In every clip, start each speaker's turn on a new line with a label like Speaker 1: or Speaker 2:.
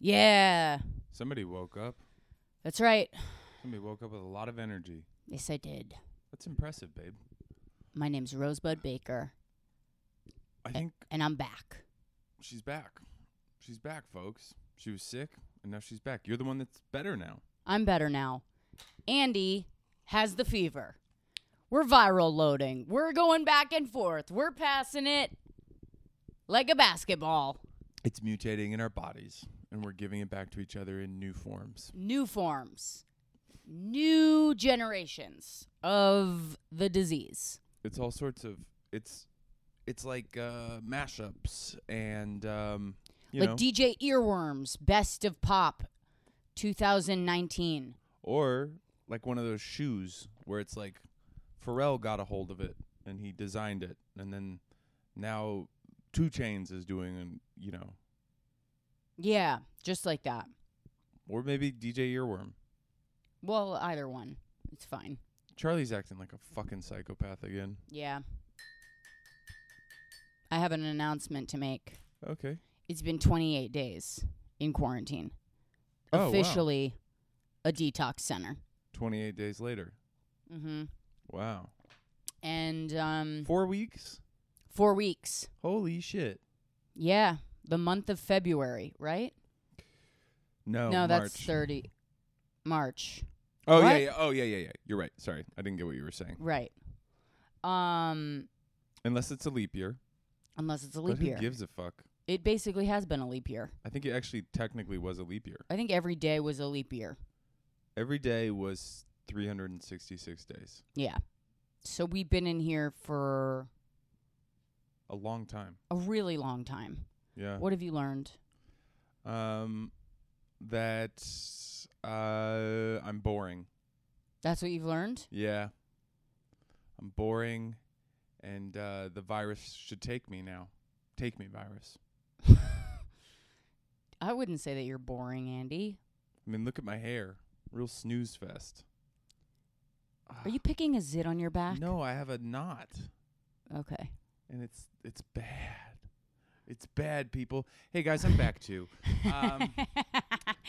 Speaker 1: Yeah,
Speaker 2: Somebody woke up.
Speaker 1: that's right.
Speaker 2: Somebody woke up with a lot of energy.
Speaker 1: Yes, I did.
Speaker 2: That's impressive, babe.
Speaker 1: My name's Rosebud Baker,
Speaker 2: I think
Speaker 1: and I'm back.
Speaker 2: she's back. She's back, folks. She was sick, and now she's back. You're the one that's better now.
Speaker 1: I'm better now. Andy has the fever. We're viral loading. We're going back and forth. We're passing it like a basketball.
Speaker 2: It's mutating in our bodies, and we're giving it back to each other in new forms.
Speaker 1: New forms, new generations of the disease.
Speaker 2: It's all sorts of. It's, it's like uh, mashups and um, you
Speaker 1: like
Speaker 2: know,
Speaker 1: DJ Earworms, Best of Pop 2019.
Speaker 2: or like one of those shoes where it's like Pharrell got a hold of it and he designed it, and then now Two Chains is doing, and you know,
Speaker 1: Yeah, just like that.
Speaker 2: or maybe DJ Earworm.
Speaker 1: Well, either one. It's fine.
Speaker 2: Charlie's acting like a fucking psychopath again.
Speaker 1: Yeah. I have an announcement to make.
Speaker 2: Okay.
Speaker 1: It's been 28 days in quarantine.
Speaker 2: Oh, wow.
Speaker 1: Officially a detox center.
Speaker 2: 28 days later. Mm-hmm.
Speaker 1: Mhm.
Speaker 2: Wow.
Speaker 1: And um 4
Speaker 2: Four weeks?
Speaker 1: weeks.
Speaker 2: Holy shit.
Speaker 1: Yeah, the month of February, right?
Speaker 2: No,
Speaker 1: no,
Speaker 2: Oh, March.
Speaker 1: that's 30 March.
Speaker 2: Oh, yeah,
Speaker 1: What?
Speaker 2: yeah. Oh, yeah, yeah, yeah. You're right. Sorry. I didn't get what you were saying.
Speaker 1: Right. Um
Speaker 2: Unless it's a leap year.
Speaker 1: unless it's a
Speaker 2: But
Speaker 1: leap
Speaker 2: who
Speaker 1: year.
Speaker 2: gives a fuck?
Speaker 1: It basically has been a leap year.
Speaker 2: I think it actually technically was a leap year.
Speaker 1: I think every day was a leap year.
Speaker 2: Every day was 366 days.
Speaker 1: Yeah. So we've been in here for
Speaker 2: A long time.
Speaker 1: a really long time.
Speaker 2: Yeah.
Speaker 1: What have you learned?
Speaker 2: Um, that uh, I'm boring.
Speaker 1: That's what you've learned?
Speaker 2: Yeah. I'm boring and uh the virus should take me now. Take me virus.
Speaker 1: I wouldn't say that you're boring, Andy.
Speaker 2: I mean, look at my hair. Real snooze fest.
Speaker 1: Are you picking a zit on your back?
Speaker 2: Ah. No, I have a knot
Speaker 1: Okay.
Speaker 2: and it's it's bad. It's bad, people. Hey guys, I'm back too. Um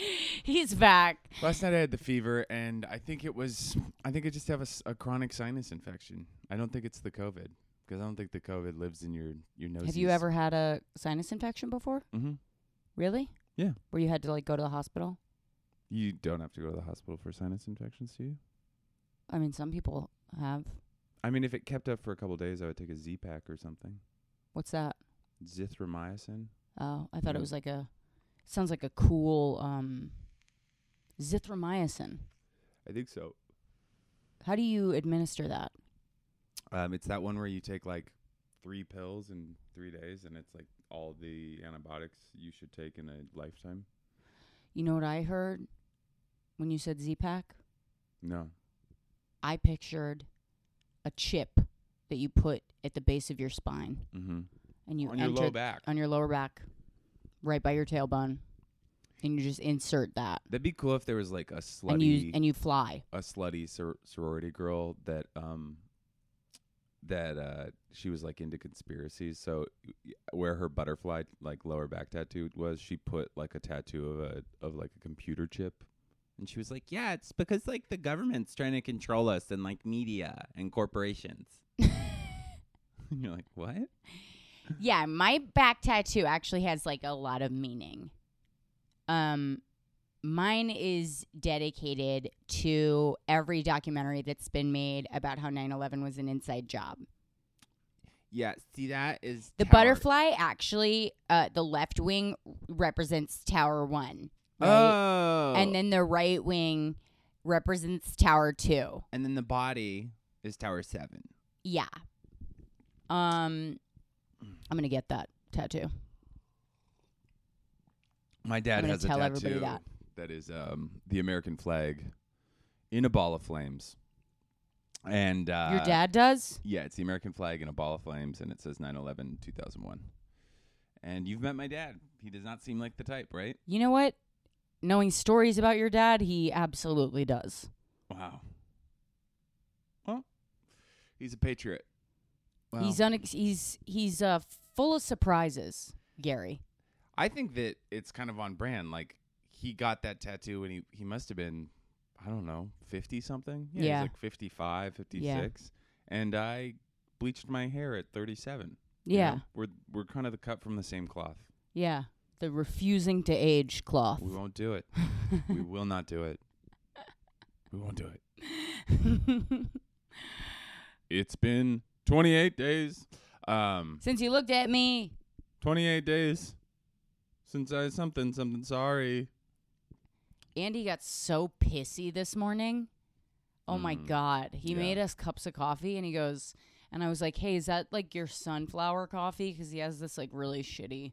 Speaker 1: He's back.
Speaker 2: Last night I had the fever, and I think it was. I think I just have a, s- a chronic sinus infection. I don't think it's the COVID because I don't think the COVID lives in your your nose.
Speaker 1: Have you ever had a sinus infection before?
Speaker 2: hmm
Speaker 1: Really?
Speaker 2: Yeah.
Speaker 1: Where you had to like go to the hospital?
Speaker 2: You don't have to go to the hospital for sinus infections, do you?
Speaker 1: I mean, some people have.
Speaker 2: I mean, if it kept up for a couple days, I would take a Z pack or something.
Speaker 1: What's that?
Speaker 2: Zithromycin.
Speaker 1: Oh, I thought
Speaker 2: Yeah.
Speaker 1: it was like a sounds like a cool um zithromycin.
Speaker 2: I think so.
Speaker 1: How do you administer that?
Speaker 2: Um, it's that one where you take like three pills in three days, and it's like all the antibiotics you should take in a lifetime.
Speaker 1: You know what I heard when you said Z-Pack?
Speaker 2: No.
Speaker 1: I pictured a chip that you put at the base of your spine
Speaker 2: Mm-hmm.
Speaker 1: and you
Speaker 2: On your
Speaker 1: enter
Speaker 2: low back.
Speaker 1: on your lower back, right by your tailbone, and you just insert that,
Speaker 2: That'd be cool if there was like a slutty
Speaker 1: and you and you fly.
Speaker 2: a slutty sor- sorority girl that um that uh she was like into conspiracies so y- where her butterfly like lower back tattoo was she put like a tattoo of a of like a computer chip and she was like yeah it's because like the government's trying to control us and like media and corporations and you're like what
Speaker 1: yeah, my back tattoo actually has like a lot of meaning. Um mine is dedicated to every documentary that's been made about how 9/11 was an inside job.
Speaker 2: yeah see that is
Speaker 1: The butterfly actually uh the left wing represents Tower 1. Right?
Speaker 2: oh
Speaker 1: And then the right wing represents Tower 2.
Speaker 2: and then the body is tower seven
Speaker 1: Yeah. Um I'm going to get that tattoo.
Speaker 2: My dad
Speaker 1: gonna
Speaker 2: has a
Speaker 1: tell everybody
Speaker 2: tattoo
Speaker 1: that.
Speaker 2: that is um, the American flag in a ball of flames. And uh,
Speaker 1: Your dad does?
Speaker 2: Yeah, it's the American flag in a ball of flames, and it says 9/11 2001. And you've met my dad. He does not seem like the type, right?
Speaker 1: You know what? Knowing stories about your dad, he absolutely does.
Speaker 2: Wow. Well, he's a patriot. Wow.
Speaker 1: He's unex- he's he's uh, full of surprises, Gary.
Speaker 2: I think that it's kind of on brand. Like he got that tattoo and he he must have been I don't know fifty something. Yeah,
Speaker 1: Yeah.
Speaker 2: He's like 55, 56. and I bleached my hair at thirty seven.
Speaker 1: Yeah.
Speaker 2: we're we're kind of the cut from the same cloth.
Speaker 1: Yeah. The refusing to age cloth.
Speaker 2: We won't do it. we will not do it. We won't do it. It's been twenty eight days. Um,
Speaker 1: Since you looked at me,
Speaker 2: 28 days since I something something sorry.
Speaker 1: Andy got so pissy this morning. Oh my
Speaker 2: Mm.
Speaker 1: God. He
Speaker 2: Yeah.
Speaker 1: made us cups of coffee and he goes, and I was like, hey, is that like your sunflower coffee? Because he has this like really shitty,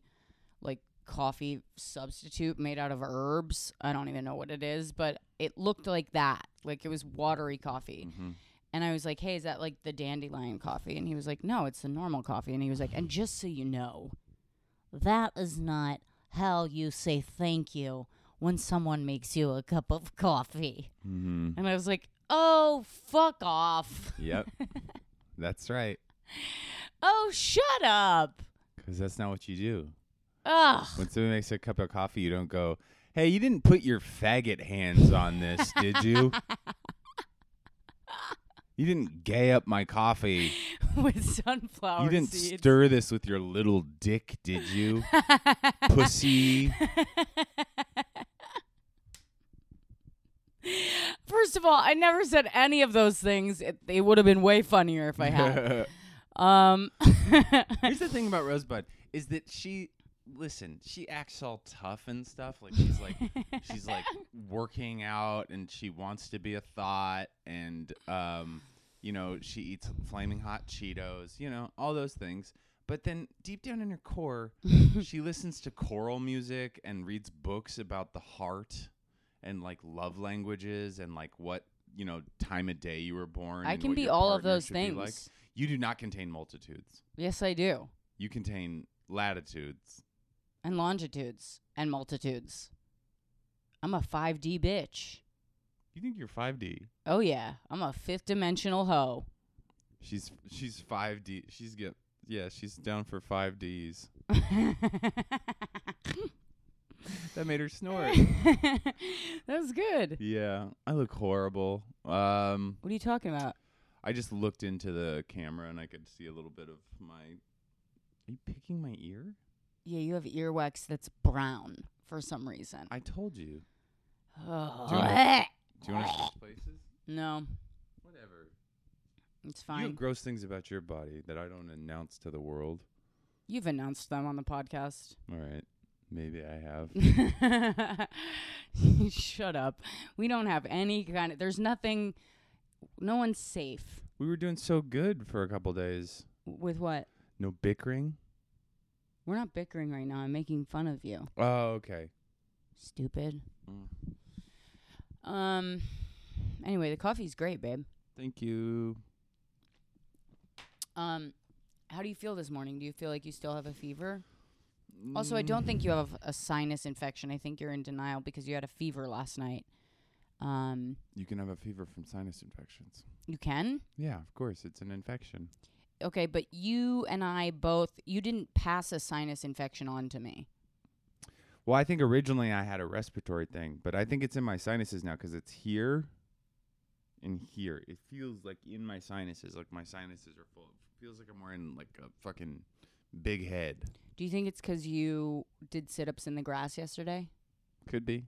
Speaker 1: like coffee substitute made out of herbs. I don't even know what it is, but it looked like that. Like it was watery coffee.
Speaker 2: Mm-hmm.
Speaker 1: And I was like, hey, is that like the dandelion coffee? And he was like, no, it's the normal coffee. And he was like, and just so you know, that is not how you say thank you when someone makes you a cup of coffee.
Speaker 2: Mm-hmm.
Speaker 1: And I was like, oh, fuck off.
Speaker 2: Yep. that's right.
Speaker 1: Oh, shut up.
Speaker 2: Because that's not what you do.
Speaker 1: Ugh.
Speaker 2: When someone makes a cup of coffee, you don't go, hey, you didn't put your faggot hands on this, did you? You didn't gay up my coffee.
Speaker 1: With sunflower
Speaker 2: you didn't
Speaker 1: seeds.
Speaker 2: stir this with your little dick, did you? Pussy.
Speaker 1: First of all, I never said any of those things. It, it would have been way funnier if I had. um,
Speaker 2: Here's the thing about Rosebud is that she listen, she acts all tough and stuff. Like she's like she's like working out and she wants to be a thought and um you know, she eats flaming hot Cheetos, you know, all those things. But then deep down in her core, she listens to choral music and reads books about the heart and like love languages and like what, you know, time of day you were born.
Speaker 1: I
Speaker 2: and
Speaker 1: can
Speaker 2: what
Speaker 1: be
Speaker 2: your
Speaker 1: all of
Speaker 2: partner
Speaker 1: those
Speaker 2: should be
Speaker 1: things.
Speaker 2: like. You do not contain multitudes
Speaker 1: Yes, I do.
Speaker 2: you contain latitudes.
Speaker 1: And longitudes and multitudes. I'm a 5D bitch.
Speaker 2: You think you're 5D?
Speaker 1: Oh, yeah. I'm a fifth dimensional hoe.
Speaker 2: She's she's 5D. She's get yeah. She's down for 5Ds. That made her snort.
Speaker 1: that was good.
Speaker 2: yeah, I look horrible. Um,
Speaker 1: What are you talking about?
Speaker 2: I just looked into the camera and I could see a little bit of my. Are you picking my ear?
Speaker 1: Yeah, you have earwax that's brown for some reason.
Speaker 2: I told you. Do you
Speaker 1: Ugh.
Speaker 2: wanna- Do you want to switch places?
Speaker 1: No,
Speaker 2: Whatever.
Speaker 1: it's
Speaker 2: You
Speaker 1: fine.
Speaker 2: have gross things about your body that I don't announce to the world.
Speaker 1: You've announced them on the podcast.
Speaker 2: All right, maybe I have.
Speaker 1: Shut up. We don't have any kind of. There's nothing. No one's safe.
Speaker 2: we were doing so good for a couple days.
Speaker 1: With what?
Speaker 2: No bickering.
Speaker 1: We're not bickering right now. I'm making fun of you.
Speaker 2: Oh, okay.
Speaker 1: Stupid. Um. Anyway, the coffee's great, babe.
Speaker 2: Thank you.
Speaker 1: Um, how do you feel this morning? Do you feel like you still have a fever? Also, I don't think you have a sinus infection. I think you're in denial because you had a fever last night. Um,
Speaker 2: You can have a fever from sinus infections.
Speaker 1: you can.
Speaker 2: Yeah, of course. It's an infection.
Speaker 1: Okay, but you and I both you didn't pass a sinus infection on to me.
Speaker 2: Well, I think originally I had a respiratory thing, but I think it's in my sinuses now 'cause it's here and here. It feels like in my sinuses, like my sinuses are full. It feels like I'm wearing like a fucking big head.
Speaker 1: Do you think it's 'cause you did sit-ups in the grass yesterday?
Speaker 2: Could be.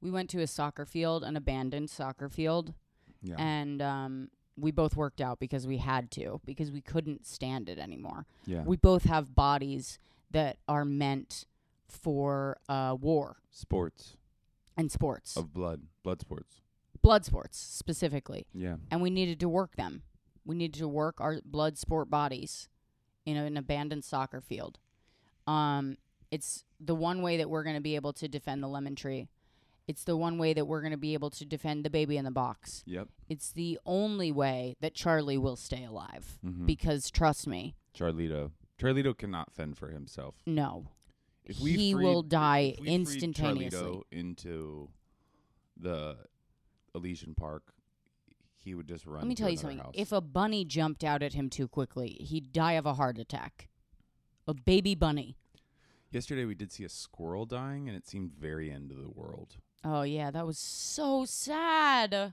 Speaker 1: We went to a soccer field, an abandoned soccer field,
Speaker 2: Yeah.
Speaker 1: and um we both worked out because we had to because we couldn't stand it anymore.
Speaker 2: yeah.
Speaker 1: we both have bodies that are meant for uh, war
Speaker 2: sports
Speaker 1: and sports,
Speaker 2: of blood, blood sports.
Speaker 1: blood sports specifically,
Speaker 2: Yeah.
Speaker 1: and we needed to work them. We needed to work our blood sport bodies in an abandoned soccer field. Um, it's the one way that we're going to be able to defend the lemon tree. It's the one way that we're going to be able to defend the baby in the box.
Speaker 2: Yep.
Speaker 1: It's the only way that Charlie will stay alive.
Speaker 2: Mm-hmm.
Speaker 1: Because trust me,
Speaker 2: Charlito. Charlito cannot fend for himself.
Speaker 1: no,
Speaker 2: if we
Speaker 1: he
Speaker 2: freed-
Speaker 1: will die
Speaker 2: if we freed
Speaker 1: instantaneously.
Speaker 2: Charlito into the Elysian Park, he would just run.
Speaker 1: Let me
Speaker 2: to
Speaker 1: tell you
Speaker 2: another
Speaker 1: something.
Speaker 2: house.
Speaker 1: If a bunny jumped out at him too quickly, he'd die of a heart attack. A baby bunny.
Speaker 2: Yesterday we did see a squirrel dying, and it seemed very end of the world.
Speaker 1: Oh yeah, that was so sad.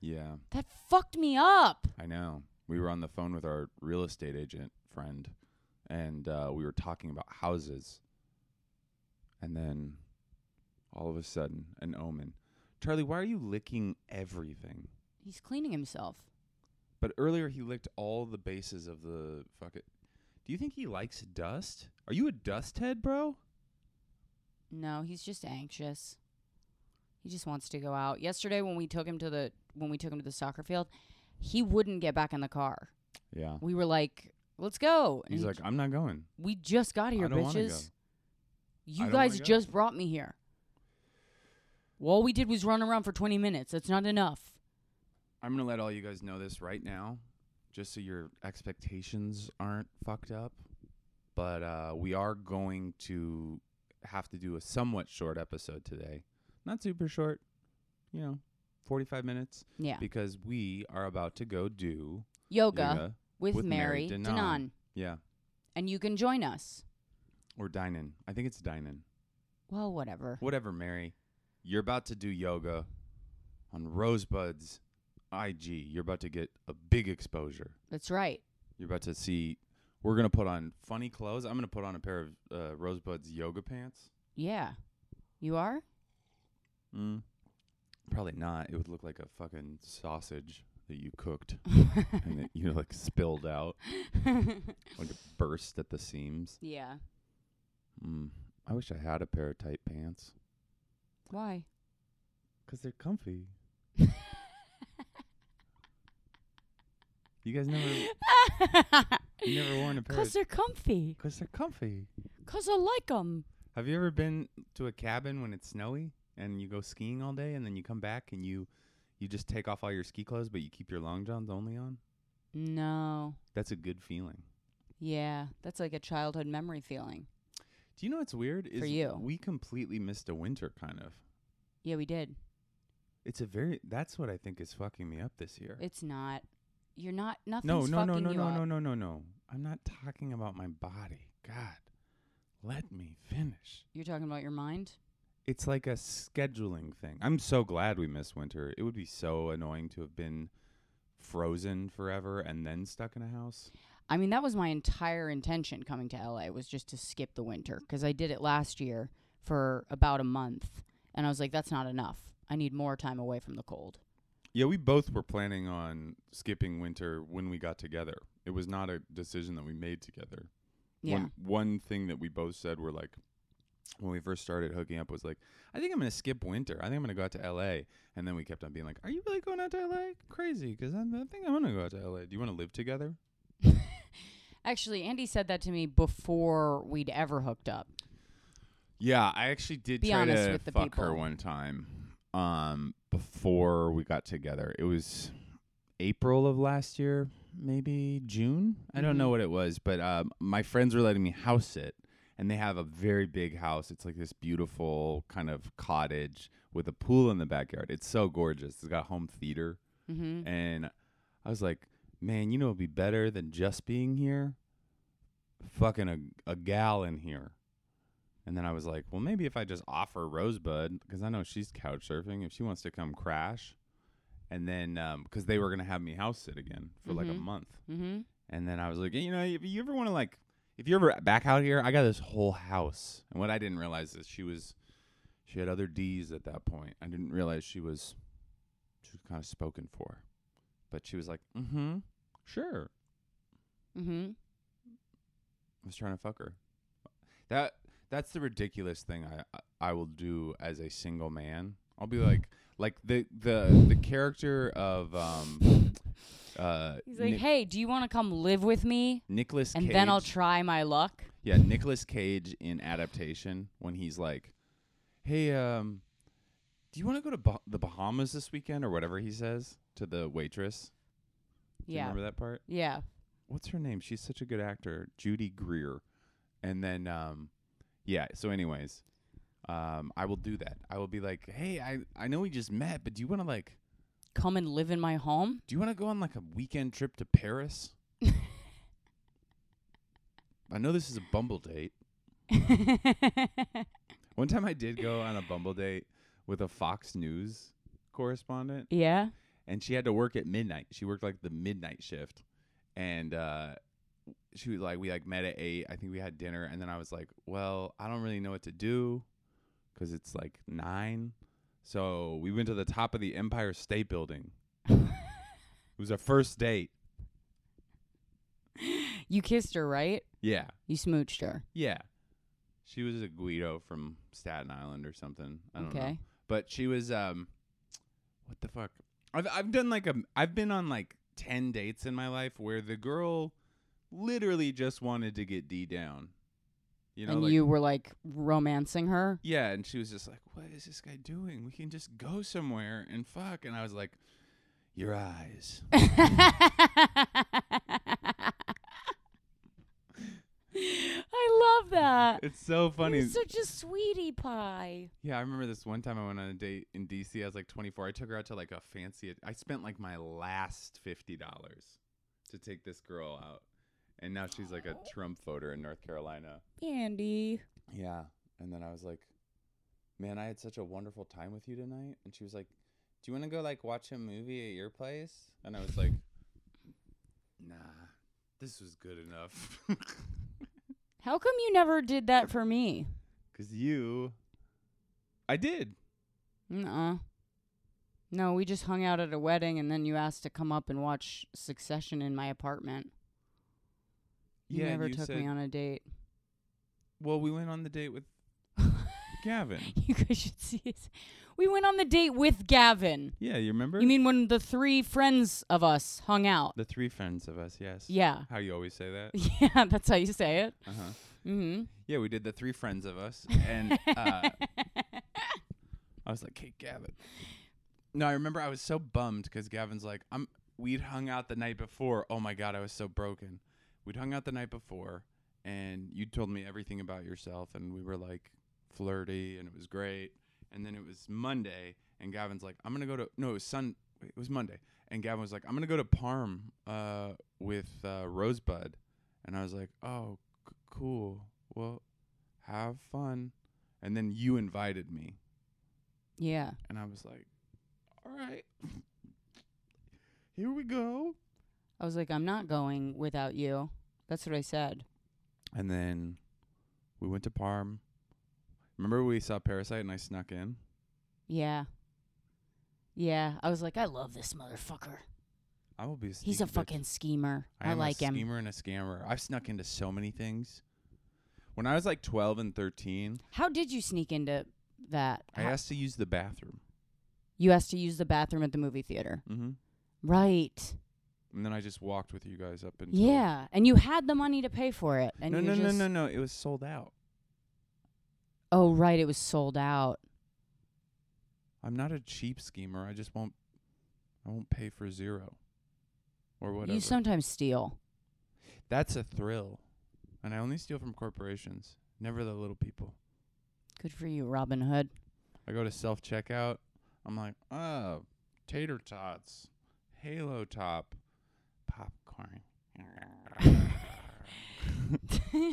Speaker 2: Yeah,
Speaker 1: That fucked me up.
Speaker 2: I know. We were on the phone with our real estate agent friend, and uh, we were talking about houses. And then, all of a sudden, an omen. Charlie, why are you licking everything?
Speaker 1: He's cleaning himself.
Speaker 2: But earlier he licked all the bases of the fuck it. Do you think he likes dust? Are you a dust head, bro?
Speaker 1: No, he's just anxious. He just wants to go out. Yesterday when we took him to the when we took him to the soccer field, he wouldn't get back in the car.
Speaker 2: Yeah.
Speaker 1: We were like, "Let's go." And
Speaker 2: He's
Speaker 1: he
Speaker 2: like,
Speaker 1: j-
Speaker 2: I'm not going.
Speaker 1: "We just got here,
Speaker 2: I don't wanna
Speaker 1: bitches.
Speaker 2: go." I
Speaker 1: You
Speaker 2: don't wanna
Speaker 1: guys
Speaker 2: go.
Speaker 1: just brought me here." Well, all we did was run around for 20 minutes. That's not enough.
Speaker 2: I'm gonna let all you guys know this right now, just so your expectations aren't fucked up. But uh, we are going to have to do a somewhat short episode today. Not super short, you know, 45 minutes,
Speaker 1: Yeah.
Speaker 2: because we are about to go do
Speaker 1: Yoga,
Speaker 2: yoga.
Speaker 1: with,
Speaker 2: with Mary
Speaker 1: Mary,
Speaker 2: Danon.
Speaker 1: Danon.
Speaker 2: Yeah,
Speaker 1: and you can join us.
Speaker 2: or dining. I think it's dining.
Speaker 1: Well, whatever.
Speaker 2: Whatever, Mary. You're about to do yoga on Rosebud's IG. You're about to get a big exposure.
Speaker 1: That's right.
Speaker 2: You're about to see. We're gonna put on funny clothes. I'm gonna put on a pair of uh, Rosebud's yoga pants.
Speaker 1: Yeah. You are?
Speaker 2: Mm. Probably not. It would look like a fucking sausage that you cooked and that you know, like spilled out, like it burst at the seams.
Speaker 1: yeah.
Speaker 2: Mm. I wish I had a pair of tight pants.
Speaker 1: Why?
Speaker 2: 'Cause they're comfy. You guys never, you never worn a pair.
Speaker 1: Because
Speaker 2: of
Speaker 1: they're comfy.
Speaker 2: Because they're comfy.
Speaker 1: Because I like 'em.
Speaker 2: Have you ever been to a cabin when it's snowy and you go skiing all day and then you come back and you you just take off all your ski clothes but you keep your long johns only on?
Speaker 1: No.
Speaker 2: That's a good feeling.
Speaker 1: Yeah. That's like a childhood memory feeling.
Speaker 2: Do you know what's weird is
Speaker 1: For you.
Speaker 2: we completely missed a winter kind of.
Speaker 1: Yeah, we did.
Speaker 2: It's a very that's what I think is fucking me up this year.
Speaker 1: It's not. You're not.
Speaker 2: no,
Speaker 1: Nothing's
Speaker 2: no, no,
Speaker 1: fucking
Speaker 2: no,
Speaker 1: you
Speaker 2: no,
Speaker 1: up.
Speaker 2: no, no, no, no. I'm not talking about my body. God. Let me finish.
Speaker 1: You're talking about your mind?
Speaker 2: it's like a scheduling thing. I'm so glad we missed winter. It would be so annoying to have been frozen forever and then stuck in a house.
Speaker 1: I mean, that was my entire intention coming to LA was just to skip the winter because I did it last year for about a month, and I was like, that's not enough. I need more time away from the cold.
Speaker 2: Yeah, we both were planning on skipping winter when we got together. It was not a decision that we made together.
Speaker 1: Yeah,
Speaker 2: One, one thing that we both said were like, when we first started hooking up, was like, I think I'm going to skip winter. I think I'm going to go out to LA. And then we kept on being like, Are you really going out to LA? Crazy. Because I think I'm going to go out to LA. Do you want to live together?
Speaker 1: actually, Andy said that to me before we'd ever hooked up.
Speaker 2: Yeah, I actually did
Speaker 1: Be
Speaker 2: try
Speaker 1: honest
Speaker 2: to
Speaker 1: with the
Speaker 2: fuck her
Speaker 1: people.
Speaker 2: one time. Um, before we got together, it was April of last year, maybe June. I don't know
Speaker 1: Mhm.
Speaker 2: what it was, but um, my friends were letting me house sit, and they have a very big house. It's like this beautiful kind of cottage with a pool in the backyard. It's so gorgeous. It's got home theater,
Speaker 1: Mm-hmm.
Speaker 2: and I was like, man, you know, it'd be better than just being here, fucking a, a gal in here. And then I was like, well, maybe if I just offer Rosebud, because I know she's couch surfing, if she wants to come crash. And then, because they were going to have me house sit again for like a
Speaker 1: Mhm.
Speaker 2: month.
Speaker 1: Mm-hmm.
Speaker 2: And then I was like, you know, if you ever want to like, if you're ever back out here, I got this whole house. And what I didn't realize is she was, she had other D's at that point. I didn't realize she was, she was kind of spoken for, but she was like, mm-hmm, sure.
Speaker 1: Mm-hmm.
Speaker 2: I was trying to fuck her. That that's the ridiculous thing I I will do as a single man. I'll be like like the the the character of um uh
Speaker 1: He's like, hey, do you want to come live with me?
Speaker 2: Nicholas
Speaker 1: And
Speaker 2: Cage.
Speaker 1: then I'll try my luck.
Speaker 2: Yeah, Nicolas Cage in adaptation when he's like, "Hey, um, do you want to go to Bah the Bahamas this weekend or whatever he says to the waitress?" Do you
Speaker 1: Yeah.
Speaker 2: remember that part?
Speaker 1: Yeah.
Speaker 2: What's her name? She's such a good actor, Judy Greer. And then, um, yeah. So, anyways, um, I will do that. I will be like, "Hey, I I know we just met, but do you want to like,
Speaker 1: Come and live in my home?
Speaker 2: do you want to go on like a weekend trip to Paris?" I know this is a bumble date. One time I did go on a Bumble date with a Fox News correspondent,
Speaker 1: yeah.
Speaker 2: and she had to work at midnight. She worked like the midnight shift, and uh, she was like, we like met at eight. I think we had dinner, and then I was like, well, I don't really know what to do because it's like nine. So we went to the top of the Empire State Building. It was our first date.
Speaker 1: you kissed her, right?
Speaker 2: Yeah,
Speaker 1: You smooched her.
Speaker 2: yeah. She was a Guido from Staten Island or something. I don't know.
Speaker 1: Okay.
Speaker 2: but she was um what the fuck i've i've done like a i've been on like 10 dates in my life where the girl literally just wanted to get d down you know
Speaker 1: and
Speaker 2: like
Speaker 1: you were like romancing her.
Speaker 2: yeah and she was just like what is this guy doing we can just go somewhere and fuck and i was like your eyes
Speaker 1: I love that.
Speaker 2: it's so funny
Speaker 1: You're such a sweetie pie.
Speaker 2: yeah i remember this one time i went on a date in dc i was like 24 i took her out to like a fancy i spent like my last $50 to take this girl out and now she's like a trump voter in north carolina
Speaker 1: Andy.
Speaker 2: Yeah. And then I was like, man, I had such a wonderful time with you tonight. And she was like, do you want to go like watch a movie at your place? And I was like, nah, this was good enough.
Speaker 1: How come you never did that for me?
Speaker 2: Cause you, I did.
Speaker 1: Nuh-uh. No, we just hung out at a wedding and then you asked to come up and watch Succession in my apartment. You
Speaker 2: and
Speaker 1: never
Speaker 2: you
Speaker 1: took
Speaker 2: said-
Speaker 1: me on a date.
Speaker 2: Well, we went on the date with Gavin.
Speaker 1: You guys should see his. We went on the date with Gavin.
Speaker 2: Yeah, you remember?
Speaker 1: You mean when the three friends of us hung out?
Speaker 2: the three friends of us? Yes.
Speaker 1: Yeah.
Speaker 2: How you always say that?
Speaker 1: Yeah, that's how you say it.
Speaker 2: Uh huh.
Speaker 1: Mm-hmm.
Speaker 2: Yeah, we did the three friends of us, and uh, I was like, "Hey, Gavin." No, I remember I was so bummed because Gavin's like, "I'm." We'd hung out the night before. Oh my god, I was so broken. We'd hung out the night before, and you told me everything about yourself, and we were like flirty, and it was great. And then it was Monday, and Gavin's like, "I'm gonna go to." No, it was Sun. wait, It was Monday, and Gavin was like, "I'm gonna go to Parm uh, with uh, Rosebud," and I was like, "Oh, c- cool. Well, have fun." And then you invited me.
Speaker 1: Yeah.
Speaker 2: And I was like, all right, here we go.
Speaker 1: I was like, I'm not going without you. That's what I said.
Speaker 2: And then we went to Parm. Remember we saw Parasite and I snuck in?
Speaker 1: Yeah. Yeah. I was like, I love this motherfucker.
Speaker 2: I will be. A
Speaker 1: He's
Speaker 2: sneaky
Speaker 1: a
Speaker 2: bitch.
Speaker 1: fucking schemer. I,
Speaker 2: am
Speaker 1: like
Speaker 2: a
Speaker 1: him.
Speaker 2: Schemer and a scammer. I've snuck into so many things. When I was like 12 and 13,
Speaker 1: How did you sneak into that?
Speaker 2: I
Speaker 1: How-
Speaker 2: asked to use the bathroom.
Speaker 1: you asked to use the bathroom at the movie theater.
Speaker 2: Mm-hmm.
Speaker 1: Right.
Speaker 2: And then I just walked with you guys up until.
Speaker 1: Yeah. And you had the money to pay for it. And
Speaker 2: No,
Speaker 1: you
Speaker 2: no, no,
Speaker 1: just,
Speaker 2: no, no. It was sold out.
Speaker 1: Oh, right. It was sold out.
Speaker 2: I'm not a cheap schemer. I just won't. I won't pay for zero. Or whatever.
Speaker 1: You sometimes steal.
Speaker 2: That's a thrill. And I only steal from corporations, never the little people.
Speaker 1: Good for you, Robin Hood.
Speaker 2: I go to self checkout. I'm like, oh, tater tots, halo top, popcorn.
Speaker 1: Do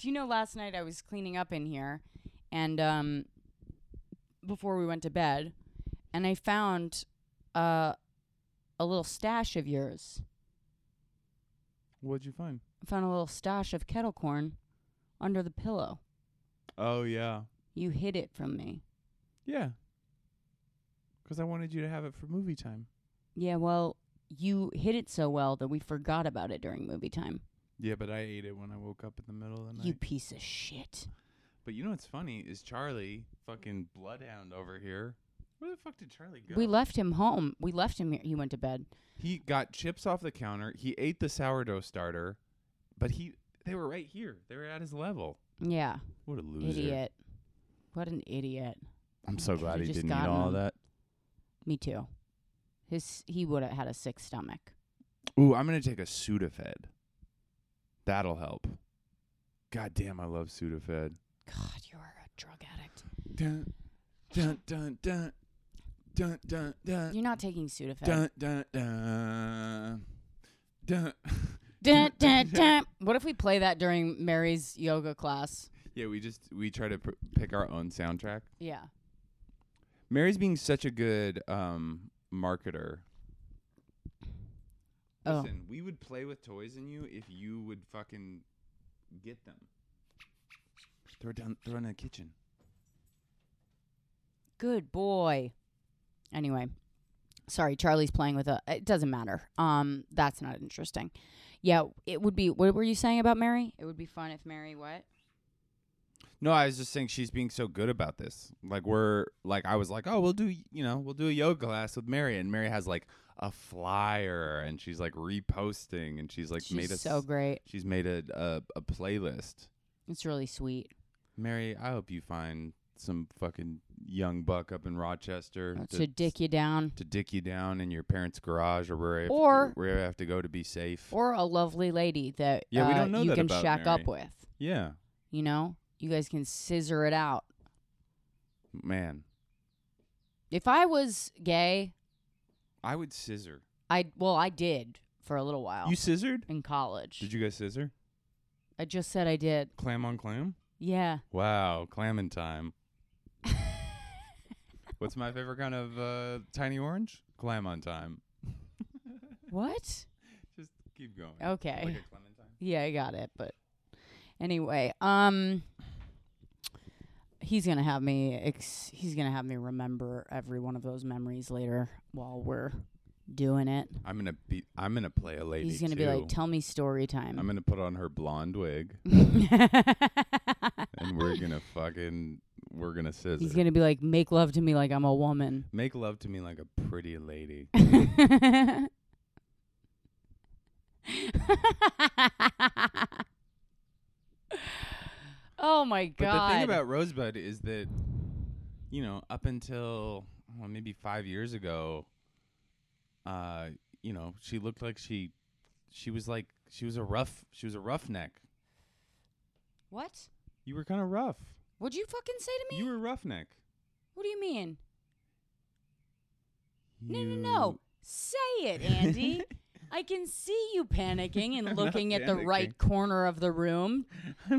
Speaker 1: you know last night I was cleaning up in here and um before we went to bed and I found uh a little stash of yours.
Speaker 2: What'd you find?
Speaker 1: I found a little stash of kettle corn under the pillow.
Speaker 2: Oh, yeah.
Speaker 1: You hid it from me.
Speaker 2: Yeah. 'Cause I wanted you to have it for movie time.
Speaker 1: Yeah, well, you hid it so well that we forgot about it during movie time.
Speaker 2: Yeah, but I ate it when I woke up in the middle of the night.
Speaker 1: You piece of shit.
Speaker 2: but you know what's funny is Charlie, fucking bloodhound over here. Where the fuck did Charlie go?
Speaker 1: We left him home. We left him here. He went to bed.
Speaker 2: He got chips off the counter. He ate the sourdough starter, but he they were right here. They were at his level.
Speaker 1: Yeah.
Speaker 2: What a loser!
Speaker 1: Idiot. What an idiot.
Speaker 2: I'm so
Speaker 1: Should've
Speaker 2: glad he
Speaker 1: just
Speaker 2: didn't eat
Speaker 1: gotten
Speaker 2: all
Speaker 1: him.
Speaker 2: that.
Speaker 1: Me too. His he would have had a sick stomach.
Speaker 2: Ooh, I'm gonna take a Sudafed. That'll help. God damn, I love Sudafed.
Speaker 1: God, you are a drug addict.
Speaker 2: Dun dun dun dun dun dun dun
Speaker 1: You're not taking Sudafed.
Speaker 2: dun dun dun dun.
Speaker 1: Dun, dun, dun. What if we play that during Mary's yoga class?
Speaker 2: Yeah, we just we try to pr- pick our own soundtrack.
Speaker 1: Yeah.
Speaker 2: Mary's being such a good um marketer.
Speaker 1: Oh.
Speaker 2: Listen, we would play with toys in you if you would fucking get them. Throw it down throw it in the kitchen.
Speaker 1: Good boy. Anyway, sorry, Charlie's playing with a. It doesn't matter. Um, that's not interesting. Yeah, it would be. What were you saying about Mary? It would be fun if Mary what?
Speaker 2: No, I was just saying she's being so good about this. Like we're like I was like, "Oh, we'll do, you know, we'll do a yoga class with Mary." And Mary has like a flyer and she's like reposting and she's like
Speaker 1: She's
Speaker 2: made us
Speaker 1: so great.
Speaker 2: she's made a, a a playlist.
Speaker 1: It's really sweet.
Speaker 2: Mary, I hope you find some fucking young buck up in Rochester
Speaker 1: To, dick you down,
Speaker 2: to dick you down in your parents' garage or where
Speaker 1: Or-
Speaker 2: where I have to go to be safe.
Speaker 1: or a lovely lady that
Speaker 2: Yeah, we
Speaker 1: uh,
Speaker 2: don't know
Speaker 1: you
Speaker 2: that
Speaker 1: can
Speaker 2: about
Speaker 1: shack
Speaker 2: Mary.
Speaker 1: up with.
Speaker 2: yeah,
Speaker 1: You know, you guys can scissor it out.
Speaker 2: man,
Speaker 1: If I was gay,
Speaker 2: I would scissor.
Speaker 1: I well, I did for a little while
Speaker 2: You scissored?
Speaker 1: in college.
Speaker 2: Did you guys scissor?
Speaker 1: I just said I did.
Speaker 2: Clam on clam?
Speaker 1: Yeah.
Speaker 2: Wow, clamming time. What's my favorite kind of uh, tiny orange? Clam on time.
Speaker 1: What?
Speaker 2: Just keep going.
Speaker 1: Okay.
Speaker 2: Like a clementine.
Speaker 1: Yeah, I got it. But anyway, um, he's gonna have me. Ex- he's gonna have me remember every one of those memories later while we're doing it.
Speaker 2: I'm gonna be. I'm gonna play a lady.
Speaker 1: He's gonna be
Speaker 2: too.
Speaker 1: like, "Tell me story
Speaker 2: I'm
Speaker 1: time."
Speaker 2: gonna put on her blonde wig. and we're gonna fucking we're gonna scissor.
Speaker 1: he's gonna be like, "Make love to me like I'm a woman."
Speaker 2: Make love to me like a pretty lady.
Speaker 1: oh my god!
Speaker 2: But the thing about Rosebud is that you know up until well, maybe five years ago, uh, you know she looked like she she was like she was a rough she was a roughneck.
Speaker 1: what?
Speaker 2: You were kind of rough.
Speaker 1: What'd you fucking say to me?
Speaker 2: You were a roughneck.
Speaker 1: what do you mean? No, no, no. Say it, Andy. I can see you panicking and
Speaker 2: I'm not
Speaker 1: looking at the right
Speaker 2: panicking.
Speaker 1: corner of the room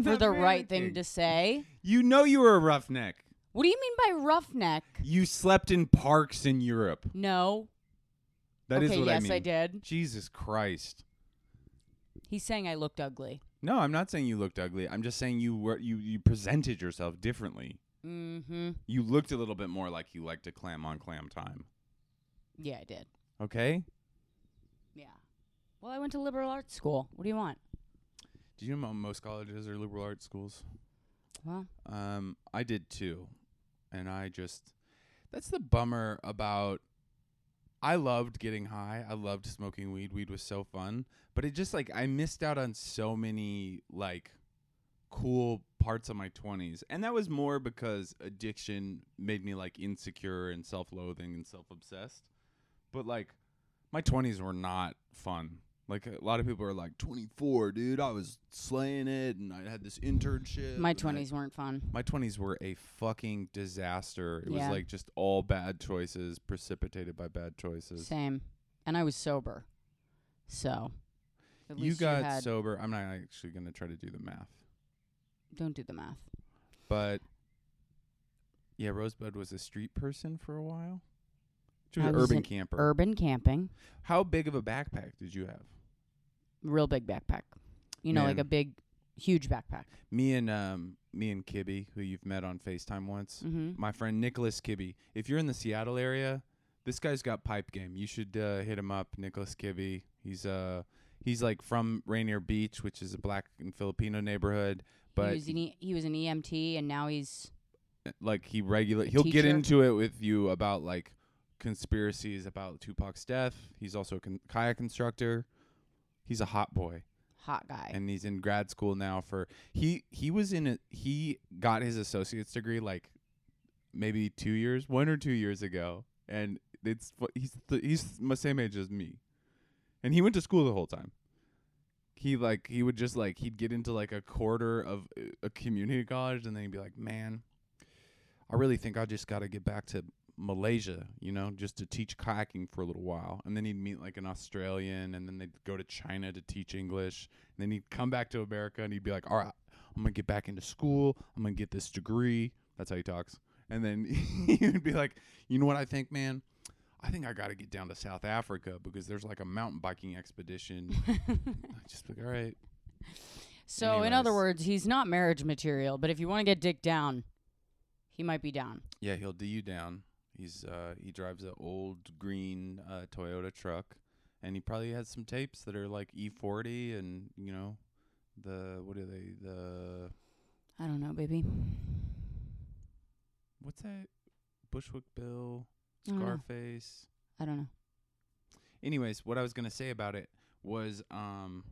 Speaker 1: for the right thing to say.
Speaker 2: You know you were a roughneck.
Speaker 1: What do you mean by roughneck?
Speaker 2: You slept in parks in Europe.
Speaker 1: No.
Speaker 2: That is
Speaker 1: okay,
Speaker 2: what
Speaker 1: yes,
Speaker 2: I mean.
Speaker 1: did.
Speaker 2: Jesus Christ.
Speaker 1: He's saying I looked ugly.
Speaker 2: No, I'm not saying you looked ugly. I'm just saying you were you you presented yourself differently.
Speaker 1: Mm-hmm.
Speaker 2: You looked a little bit more like you like to clam on clam time.
Speaker 1: Yeah, I did.
Speaker 2: Okay?
Speaker 1: Yeah. Well, I went to liberal arts school. What do you want?
Speaker 2: Do you know mo- most colleges are liberal arts schools?
Speaker 1: Well,
Speaker 2: Um, I did too, and I just that's the bummer about. I loved getting high. I loved smoking weed. Weed was so fun, but it just like I missed out on so many like cool parts of my 20s. And that was more because addiction made me like insecure and self-loathing and self-obsessed. But like my 20s were not fun. Like a lot of people are like 24, dude, I was slaying it and I had this internship.
Speaker 1: my
Speaker 2: and I-
Speaker 1: 20s weren't fun.
Speaker 2: my 20s were a fucking disaster. It
Speaker 1: Yeah.
Speaker 2: was like just all bad choices precipitated by bad choices.
Speaker 1: Same. And I was sober. So. At
Speaker 2: You
Speaker 1: least
Speaker 2: got
Speaker 1: had,
Speaker 2: sober. I'm not actually going to try to do the math.
Speaker 1: Don't do the math.
Speaker 2: But yeah, Rosebud was a street person for a while. She was
Speaker 1: I
Speaker 2: an
Speaker 1: was
Speaker 2: urban
Speaker 1: an
Speaker 2: camper.
Speaker 1: Urban camping.
Speaker 2: How big of a backpack did you have?
Speaker 1: real big backpack. You know, like
Speaker 2: Man.
Speaker 1: a big, huge backpack.
Speaker 2: Me and um me and Kibby, who you've met on FaceTime once.
Speaker 1: Mm-hmm.
Speaker 2: my friend Nicholas Kibbe. If you're in the Seattle area, this guy's got pipe game. You should uh, hit him up, Nicholas Kibbe. He's uh he's like from Rainier Beach, which is a black and Filipino neighborhood,
Speaker 1: he
Speaker 2: but
Speaker 1: was, an e- he was an EMT, and now he's
Speaker 2: like he regular
Speaker 1: A
Speaker 2: he'll get
Speaker 1: teacher?
Speaker 2: into it with you about like conspiracies about Tupac's death. He's also a con- kayak instructor. He's a hot boy.
Speaker 1: hot guy.
Speaker 2: and he's in grad school now for he he was in a, he got his associate's degree like maybe two years one or two years ago and it's fu- he's th- he's the same age as me and he went to school the whole time he like he would just like he'd get into like a quarter of uh, a community college and then he'd be like man i really think i just got to get back to malaysia you know just to teach kayaking for a little while and then he'd meet like an australian and then they'd go to china to teach english and then he'd come back to America and he'd be like, "All right, I'm gonna get back into school. I'm gonna get this degree. That's how he talks. And then he'd be like, you know what I think, man? I think I got to get down to South Africa because there's like a mountain biking expedition. I just like, all right,
Speaker 1: So, in other
Speaker 2: Anyways.
Speaker 1: words, he's not marriage material, but if you want to get dick down, he might be down.
Speaker 2: yeah, he'll do you down. He's uh, he drives an old green uh, Toyota truck, and he probably has some tapes that are like E40 and you know, the what are they the
Speaker 1: I don't know, baby.
Speaker 2: what's that Bushwick Bill,
Speaker 1: I don't know.
Speaker 2: Scarface.
Speaker 1: I don't know.
Speaker 2: Anyways, what I was gonna say about it was um,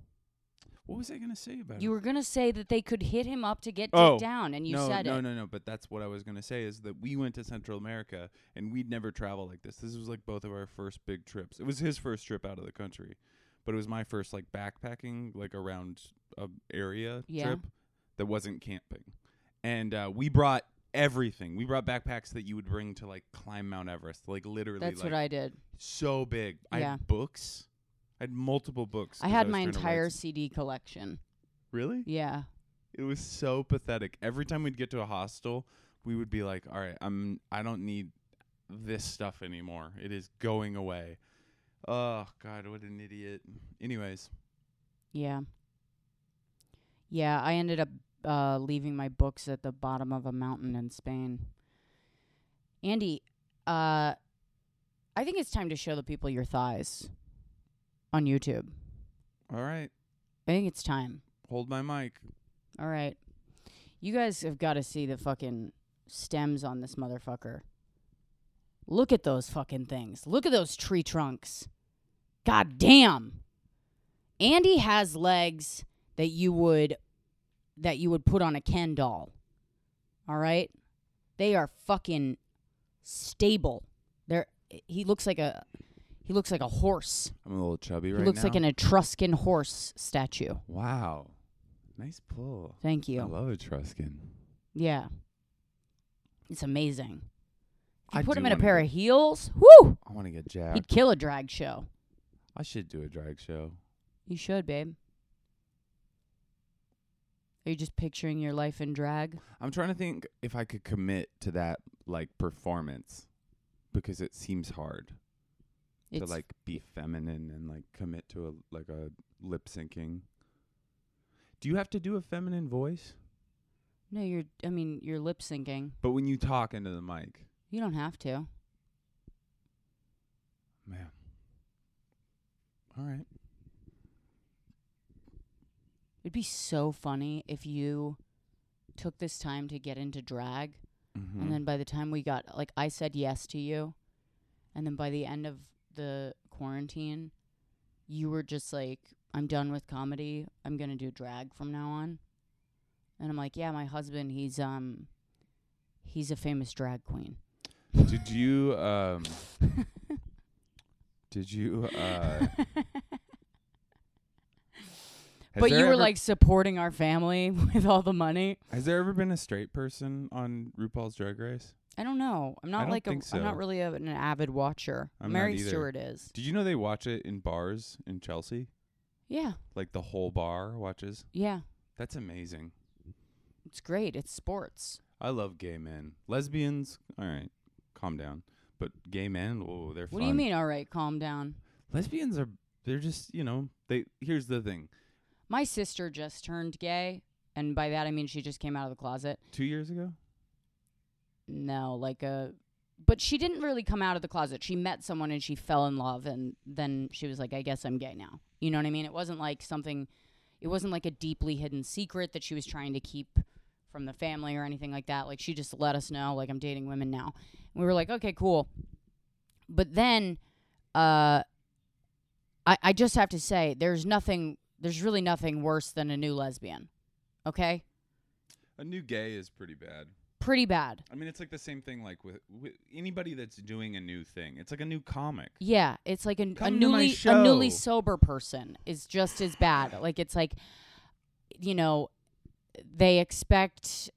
Speaker 2: what was I gonna say about it?
Speaker 1: You were gonna say that they could hit him up to get dick
Speaker 2: Oh,
Speaker 1: down, and you
Speaker 2: no,
Speaker 1: said
Speaker 2: no,
Speaker 1: it.
Speaker 2: no, no. But that's what I was gonna say is that we went to Central America and we'd never traveled like this. This was like both of our first big trips. It was his first trip out of the country, but it was my first like backpacking, like around a area
Speaker 1: Yeah.
Speaker 2: trip that wasn't camping. And uh, we brought everything. We brought backpacks that you would bring to like climb Mount Everest, like literally,
Speaker 1: That's
Speaker 2: like
Speaker 1: what I did.
Speaker 2: so big. I
Speaker 1: Yeah.
Speaker 2: had books. I had multiple books.
Speaker 1: I
Speaker 2: 'cause
Speaker 1: had
Speaker 2: was
Speaker 1: my
Speaker 2: trying to write
Speaker 1: entire
Speaker 2: s-
Speaker 1: CD collection.
Speaker 2: Really?
Speaker 1: Yeah.
Speaker 2: It was so pathetic. Every time we'd get to a hostel, we would be like, "All right, I'm I don't need this stuff anymore. It is going away." Oh god, what an idiot. Anyways,
Speaker 1: Yeah. Yeah, I ended up uh, leaving my books at the bottom of a mountain in Spain. Andy, uh, I think it's time to show the people your thighs on YouTube.
Speaker 2: all right,
Speaker 1: I think it's time.
Speaker 2: hold my mic.
Speaker 1: All right. You guys have got to see the fucking stems on this motherfucker. Look at those fucking things. Look at those tree trunks. God damn. Andy has legs that you would that you would put on a Ken doll. All right? They are fucking stable. They're he looks like a he looks like a horse.
Speaker 2: I'm a little chubby
Speaker 1: He
Speaker 2: right
Speaker 1: looks
Speaker 2: now.
Speaker 1: like an Etruscan horse statue.
Speaker 2: wow. Nice pull.
Speaker 1: Thank you.
Speaker 2: I love Etruscan.
Speaker 1: Yeah. It's amazing. If you
Speaker 2: I
Speaker 1: put
Speaker 2: do
Speaker 1: him in a
Speaker 2: wanna
Speaker 1: pair
Speaker 2: get-
Speaker 1: of heels, whoo!
Speaker 2: I want to get jacked.
Speaker 1: He'd kill a drag show.
Speaker 2: I should do a drag show.
Speaker 1: You should, babe. Are you just picturing your life in drag?
Speaker 2: I'm trying to think if I could commit to that like performance because it seems hard.
Speaker 1: It's
Speaker 2: to like be feminine and like commit to a like a lip syncing. Do you have to do a feminine voice?
Speaker 1: no, you're. I mean, you're lip syncing.
Speaker 2: But when you talk into the mic,
Speaker 1: You don't have to.
Speaker 2: man. All right.
Speaker 1: It'd be so funny if you took this time to get into drag,
Speaker 2: Mm-hmm.
Speaker 1: and then by the time we got, like, I said yes to you, and then by the end of the quarantine, you were just like, I'm done with comedy. I'm gonna do drag from now on. And I'm like, yeah, my husband, he's um, he's a famous drag queen.
Speaker 2: did you um did you uh has
Speaker 1: but
Speaker 2: there
Speaker 1: you were
Speaker 2: ever-
Speaker 1: like supporting our family with all the money.
Speaker 2: has there ever been a straight person on RuPaul's Drag Race?
Speaker 1: I don't know. I'm
Speaker 2: I
Speaker 1: not
Speaker 2: don't
Speaker 1: like a,
Speaker 2: think
Speaker 1: I'm
Speaker 2: so.
Speaker 1: not really a, an avid watcher.
Speaker 2: I'm not
Speaker 1: Mary
Speaker 2: either.
Speaker 1: Stewart is.
Speaker 2: Did you know they watch it in bars in Chelsea?
Speaker 1: Yeah,
Speaker 2: Like the whole bar watches?
Speaker 1: yeah.
Speaker 2: That's amazing.
Speaker 1: It's great. It's sports.
Speaker 2: I love gay men. Lesbians, all right, calm down. But gay men, whoa, they're
Speaker 1: What
Speaker 2: fun.
Speaker 1: do you mean? All right, calm down.
Speaker 2: Lesbians are they're just you know they. Here's the thing:
Speaker 1: My sister just turned gay, and by that I mean she just came out of the closet.
Speaker 2: two years ago,
Speaker 1: No, like a. But she didn't really come out of the closet. She met someone and she fell in love, and then she was like, I guess I'm gay now. You know what I mean? It wasn't like something. It wasn't like a deeply hidden secret that she was trying to keep from the family or anything like that. Like, she just let us know, like, I'm dating women now. And we were like, okay, cool. But then, uh, I, I just have to say, there's nothing, there's really nothing worse than a new lesbian. Okay?
Speaker 2: a new gay is pretty bad.
Speaker 1: Pretty bad.
Speaker 2: I mean, it's like the same thing like with, with anybody that's doing a new thing. It's like a new comic.
Speaker 1: Yeah, it's like a, a
Speaker 2: Come to my
Speaker 1: newly a newly
Speaker 2: show.
Speaker 1: sober person is just as bad. Like it's like, you know, they expect.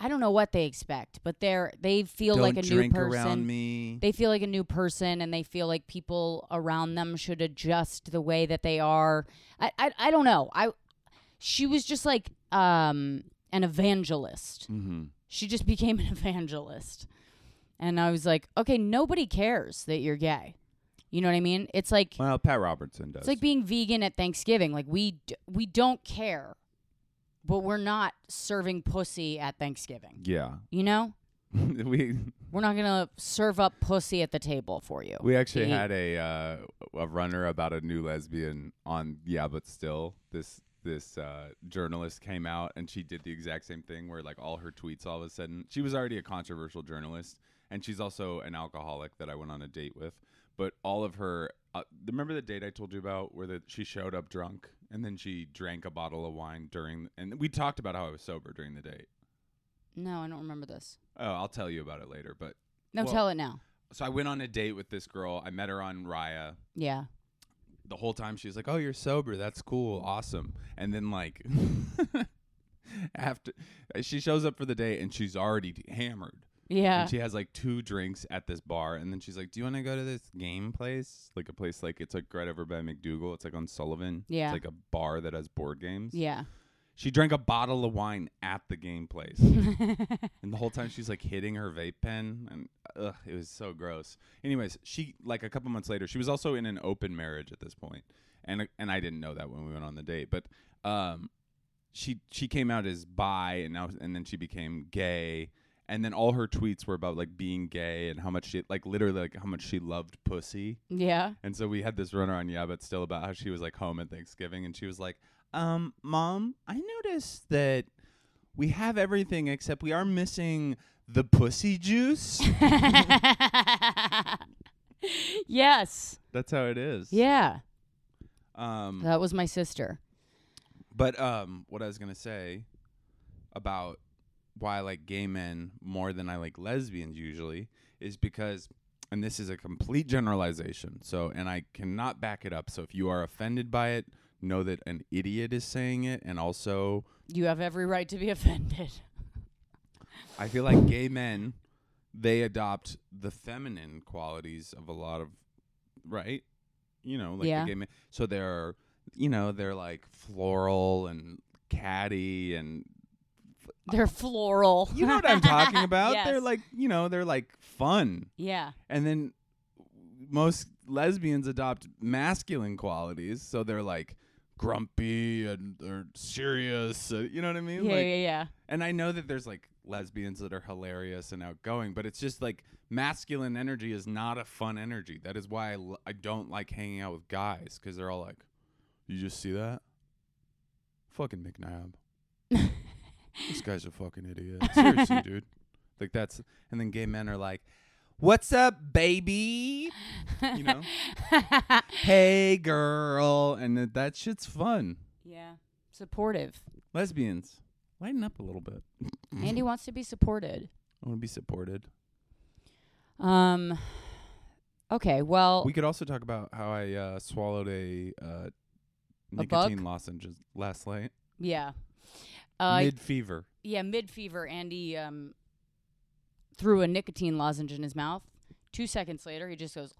Speaker 1: I don't know what they expect, but they're they feel
Speaker 2: Don't
Speaker 1: like a
Speaker 2: drink
Speaker 1: new person.
Speaker 2: around me.
Speaker 1: They feel like a new person, and they feel like people around them should adjust the way that they are. I I, I don't know. I she was just like um an evangelist.
Speaker 2: Mm-hmm.
Speaker 1: She just became an evangelist. And I was like, okay, nobody cares that you're gay. You know what I mean? It's like
Speaker 2: Well, Pat Robertson does.
Speaker 1: it's like being vegan at Thanksgiving. Like we d- we don't care, but we're not serving pussy at Thanksgiving.
Speaker 2: yeah,
Speaker 1: You know,
Speaker 2: we
Speaker 1: we're not gonna serve up pussy at the table for you.
Speaker 2: we actually
Speaker 1: Yeah.
Speaker 2: had a uh, a runner about a new lesbian on yeah, but still this this uh, journalist came out and she did the exact same thing where like all her tweets all of a sudden she was already a controversial journalist and she's also an alcoholic that I went on a date with, but all of her uh, remember the date I told you about where the, she showed up drunk and then she drank a bottle of wine during and we talked about how I was sober during the date.
Speaker 1: no, I don't remember this.
Speaker 2: Oh, I'll tell you about it later, but
Speaker 1: No,
Speaker 2: Well-
Speaker 1: tell it now.
Speaker 2: So I went on a date with this girl. I met her on Raya.
Speaker 1: Yeah,
Speaker 2: The whole time she was like, "Oh, you're sober. That's cool. Awesome." And then like after she shows up for the date and she's already hammered.
Speaker 1: yeah.
Speaker 2: And she has like two drinks at this bar and then she's like, "Do you want to go to this game place? Like a place like it's like right over by McDougal. It's like on Sullivan.
Speaker 1: Yeah.
Speaker 2: It's like a bar that has board games."
Speaker 1: yeah.
Speaker 2: She drank a bottle of wine at the game place. And the whole time she's like hitting her vape pen, and ugh, it was so gross. Anyways, she like a couple months later, she was also in an open marriage at this point, and and I didn't know that when we went on the date, but um, she she came out as bi, and now and then she became gay, and then all her tweets were about like being gay and how much she like literally like how much she loved pussy.
Speaker 1: yeah.
Speaker 2: And so we had this runner on Yeah, but still about how she was like home at Thanksgiving and she was like, Um, Mom, I noticed that we have everything except we are missing the pussy juice.
Speaker 1: yes.
Speaker 2: That's how it is.
Speaker 1: Yeah.
Speaker 2: Um
Speaker 1: That was my sister.
Speaker 2: but um what I was gonna say about why I like gay men more than I like lesbians usually is because and this is a complete generalization. So and I cannot back it up. So if you are offended by it, know that an idiot is saying it and also
Speaker 1: You have every right to be offended.
Speaker 2: I feel like gay men, they adopt the feminine qualities of a lot of, right? You know, like
Speaker 1: Yeah.
Speaker 2: the gay men. So they're, you know, they're like floral and catty and
Speaker 1: They're floral.
Speaker 2: you know what I'm talking about. They're
Speaker 1: Yes.
Speaker 2: like, you know, they're like fun.
Speaker 1: Yeah.
Speaker 2: And then most lesbians adopt masculine qualities, so they're like grumpy and they're serious. Uh, you know what I mean?
Speaker 1: Yeah,
Speaker 2: like,
Speaker 1: yeah, yeah.
Speaker 2: and I know that there's like lesbians that are hilarious and outgoing, but it's just like masculine energy is not a fun energy. That is why I, l- I don't like hanging out with guys because they're all like, you just see that? Fucking McNabb. this guy's a fucking idiot. Seriously, dude. Like that's, and then gay men are like, what's up, baby? You know? hey, girl. And that, that shit's fun.
Speaker 1: yeah. Supportive.
Speaker 2: Lesbians, lighten up a little bit. Mm-hmm.
Speaker 1: Andy wants to be supported.
Speaker 2: I want to be supported.
Speaker 1: Um. Okay. Well.
Speaker 2: We could also talk about how I uh, swallowed a uh,
Speaker 1: bug?
Speaker 2: nicotine lozenge last night.
Speaker 1: yeah. Uh.
Speaker 2: Mid fever.
Speaker 1: yeah. Mid fever. Andy um. Threw a nicotine lozenge in his mouth. Two seconds later, he just goes,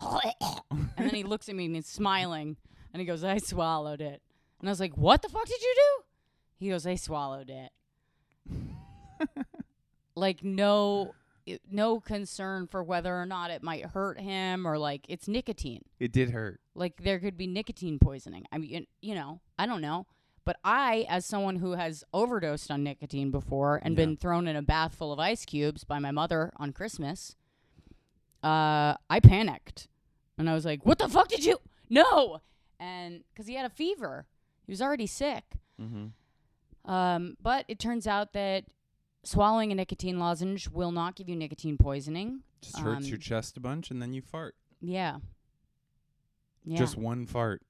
Speaker 1: and then he looks at me and he's smiling, and he goes, "I swallowed it." And I was like, "What the fuck did you do?" He goes, "I swallowed it." like no, it- no concern for whether or not it might hurt him or like it's nicotine.
Speaker 2: It did hurt.
Speaker 1: Like there could be nicotine poisoning. I mean, you know, I don't know. But I, as someone who has overdosed on nicotine before and
Speaker 2: Yeah.
Speaker 1: been thrown in a bath full of ice cubes by my mother on Christmas, uh, I panicked. And I was like, what the fuck did you? No! And because he had a fever, he was already sick.
Speaker 2: Mm-hmm.
Speaker 1: Um, but it turns out that swallowing a nicotine lozenge will not give you nicotine poisoning.
Speaker 2: Just hurts your
Speaker 1: Um,
Speaker 2: chest a bunch, and then you fart.
Speaker 1: Yeah. Yeah.
Speaker 2: Just one fart.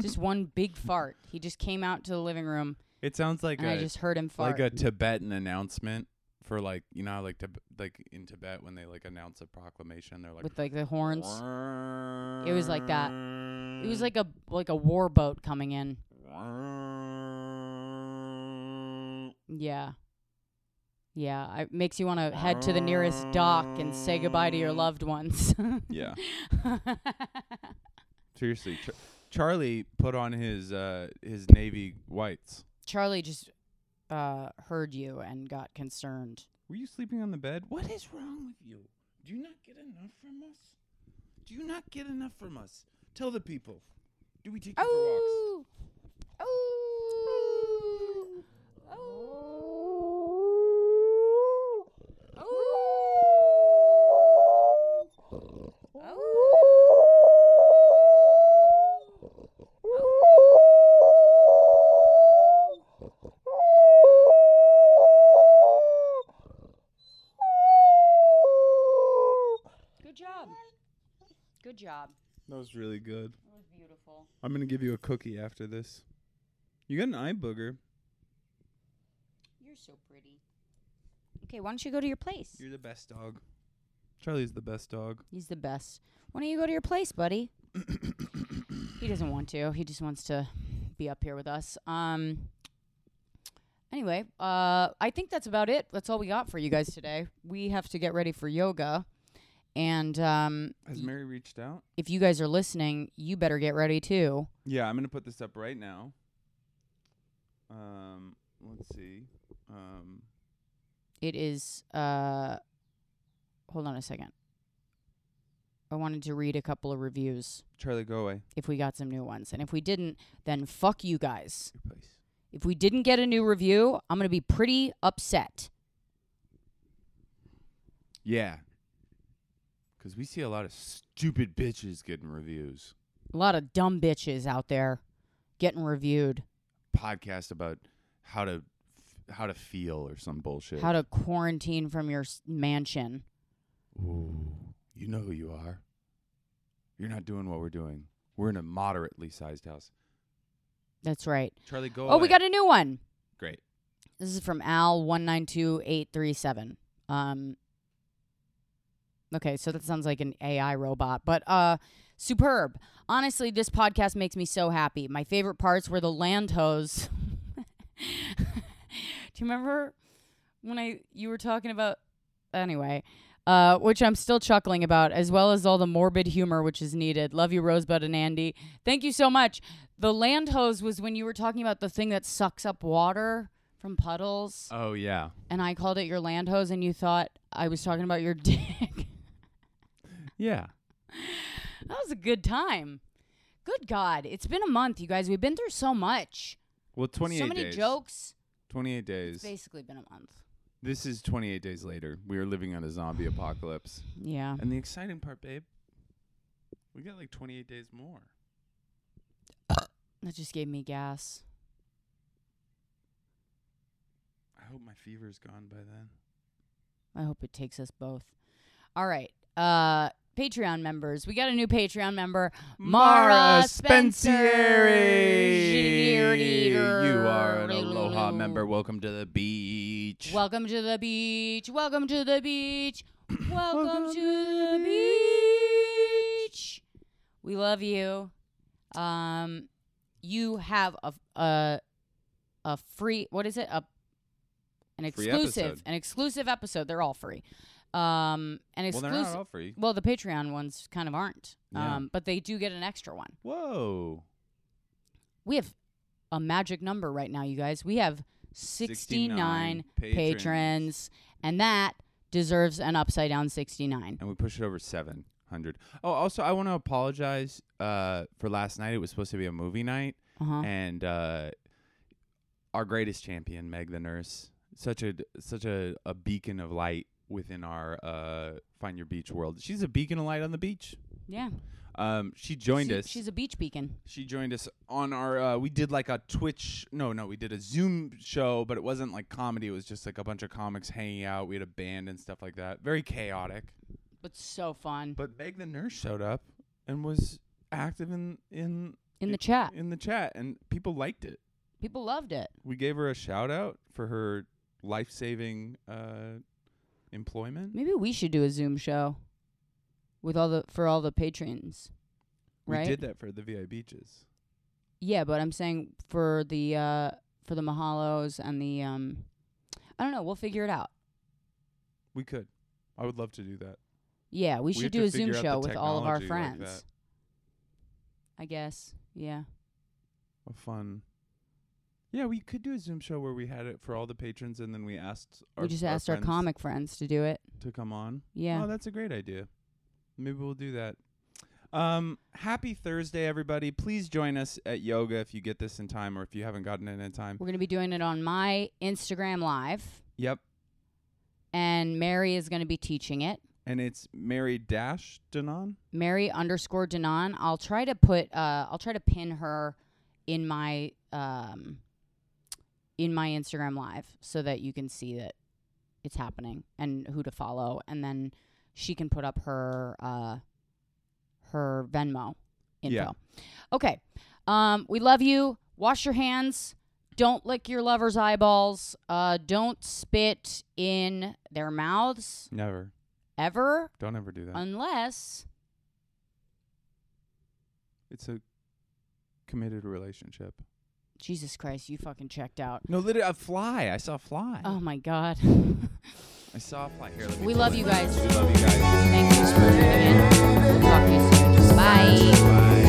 Speaker 1: just one big fart. He just came out to the living room,
Speaker 2: it sounds like
Speaker 1: and I
Speaker 2: a
Speaker 1: just heard him fart.
Speaker 2: like a Tibetan announcement for like you know how, like Tib- like in Tibet when they like announce a proclamation they're like
Speaker 1: with like the horns.
Speaker 2: It
Speaker 1: It was like that. It was like a like a war boat coming in. Yeah. Yeah, I- it makes you want to head to the nearest dock and say goodbye to your loved ones.
Speaker 2: yeah. Seriously, Char- Charlie put on his uh his navy whites.
Speaker 1: Charlie just uh, heard you and got concerned.
Speaker 2: Were you sleeping on the bed? What is wrong with you? Do you not get enough from us? Do you not get enough from us? Tell the people. Do we take you for
Speaker 1: Oh, oh, oh, oh, Good job. Good job.
Speaker 2: walks? That was really good.
Speaker 1: It was beautiful.
Speaker 2: I'm gonna give you a cookie after this. You got an eye booger.
Speaker 1: You're so pretty. Okay, why don't you go to your place?
Speaker 2: You're the best dog. Charlie's the best dog.
Speaker 1: He's the best. Why don't you go to your place, buddy? he doesn't want to. He just wants to be up here with us. Um. Anyway, uh, I think that's about it. That's all we got for you guys today. We have to get ready for yoga, and um,
Speaker 2: Has Mary reached out?
Speaker 1: if you guys are listening, you better get ready too.
Speaker 2: Yeah, I'm gonna put this up right now. Um, let's see. Um,
Speaker 1: It is. Uh, hold on a second. I wanted to read a couple of reviews.
Speaker 2: Charlie, go away.
Speaker 1: if we got some new ones. And if we didn't, then fuck you guys.
Speaker 2: Your place.
Speaker 1: If we didn't get a new review, I'm going to be pretty upset.
Speaker 2: Yeah. Cause we see a lot of stupid bitches getting reviews.
Speaker 1: A lot of dumb bitches out there getting reviewed.
Speaker 2: Podcast about how to f- how to feel or some bullshit.
Speaker 1: How to quarantine from your s- mansion.
Speaker 2: Ooh, you know who you are. You're not doing what we're doing. We're in a moderately sized house.
Speaker 1: That's right.
Speaker 2: Charlie, go.
Speaker 1: Oh, we
Speaker 2: away.
Speaker 1: got a new one.
Speaker 2: great.
Speaker 1: This is from Al192837. Um Okay, so that sounds like an AI robot, but uh superb. Honestly, this podcast makes me so happy. My favorite parts were the land hose. Do you remember when I you were talking about anyway, uh, which I'm still chuckling about, as well as all the morbid humor which is needed. Love you, Rosebud and Andy. Thank you so much. The land hose was when you were talking about the thing that sucks up water from puddles,
Speaker 2: Oh yeah.
Speaker 1: and I called it your land hose, and you thought I was talking about your dick.
Speaker 2: Yeah.
Speaker 1: that was a good time. Good God, it's been a month, you guys. We've been through so much.
Speaker 2: Well, 28
Speaker 1: so many
Speaker 2: days.
Speaker 1: jokes.
Speaker 2: 28 days.
Speaker 1: It's basically been a month.
Speaker 2: This is 28 days later. We are living on a zombie apocalypse.
Speaker 1: Yeah.
Speaker 2: And the exciting part, babe, we got like 28 days more.
Speaker 1: That just gave me gas.
Speaker 2: I hope my fever's gone by then.
Speaker 1: I hope it takes us both. All right. Uh Patreon members. We got a new Patreon member, Mara
Speaker 2: Spencieri.
Speaker 1: Spencer.
Speaker 2: You are an Aloha member. Welcome to the beach.
Speaker 1: Welcome to the beach. Welcome to the beach. Welcome to the beach. We love you. Um you have a a, a free what is it? A an
Speaker 2: Free
Speaker 1: exclusive
Speaker 2: episode.
Speaker 1: an exclusive episode. They're all free. Um an
Speaker 2: well,
Speaker 1: exclusive
Speaker 2: they're not all free.
Speaker 1: well, the Patreon ones kind of aren't,
Speaker 2: Yeah.
Speaker 1: um, but they do get an extra one.
Speaker 2: Whoa.
Speaker 1: We have a magic number right now, you guys. We have 69, patrons. and that deserves an upside down 69.
Speaker 2: and we push it over 700. Oh, also, I want to apologize uh, for last night. It was supposed to be a movie night,
Speaker 1: Uh-huh.
Speaker 2: and uh, our greatest champion, Meg the nurse, such a such a, a beacon of light within our uh, Find Your Beach world. She's a beacon of light on the beach.
Speaker 1: Yeah.
Speaker 2: Um, she joined
Speaker 1: She-
Speaker 2: us.
Speaker 1: She's a beach beacon.
Speaker 2: She joined us on our. Uh, we did like a Twitch. No, no, we did a Zoom show, but it wasn't like comedy. It was just like a bunch of comics hanging out. We had a band and stuff like that. Very chaotic.
Speaker 1: But so fun.
Speaker 2: But Meg the nurse showed up and was active in in
Speaker 1: In the chat,
Speaker 2: in the chat, and people liked it.
Speaker 1: people loved it.
Speaker 2: We gave her a shout out for her life saving uh, employment.
Speaker 1: Maybe we should do a Zoom show with all the for all the patrons. Right?
Speaker 2: We did that for the VI beaches.
Speaker 1: Yeah, but I'm saying for the uh for the Mahalos and the um I don't know, we'll figure it out.
Speaker 2: We could. I would love to do that.
Speaker 1: Yeah, we,
Speaker 2: We
Speaker 1: should
Speaker 2: have
Speaker 1: do
Speaker 2: to
Speaker 1: a Zoom
Speaker 2: figure out the
Speaker 1: show with all of our
Speaker 2: technology like
Speaker 1: friends. I guess. Yeah.
Speaker 2: A fun Yeah, we could do a Zoom show where we had it for all the patrons, and then we asked our
Speaker 1: we just asked our
Speaker 2: friends
Speaker 1: comic friends to do it.
Speaker 2: to come on.
Speaker 1: Yeah.
Speaker 2: Oh, that's a great idea. Maybe we'll do that. Um, happy Thursday, everybody. Please join us at yoga if you get this in time or if you haven't gotten it in time.
Speaker 1: We're going to be doing it on my Instagram live
Speaker 2: Yep.
Speaker 1: and Mary is going to be teaching it.
Speaker 2: And it's Mary Dash Danon.
Speaker 1: Mary underscore Denon. I'll try to put uh I'll try to pin her in my um in my Instagram live so that you can see that it's happening and who to follow and then she can put up her uh her Venmo info.
Speaker 2: Yeah.
Speaker 1: Okay. Um we love you. Wash your hands. Don't lick your lover's eyeballs. Uh don't spit in their mouths
Speaker 2: Never.
Speaker 1: ever
Speaker 2: Don't ever do that.
Speaker 1: unless
Speaker 2: it's a committed relationship.
Speaker 1: Jesus Christ, you fucking checked out.
Speaker 2: No, literally, a fly. I saw a fly.
Speaker 1: Oh my God.
Speaker 2: I saw a fly. Here, let me
Speaker 1: we
Speaker 2: pull
Speaker 1: love
Speaker 2: it.
Speaker 1: you guys.
Speaker 2: We love you guys.
Speaker 1: Thank you for tuning in. Talk to you soon. Bye.
Speaker 2: Bye.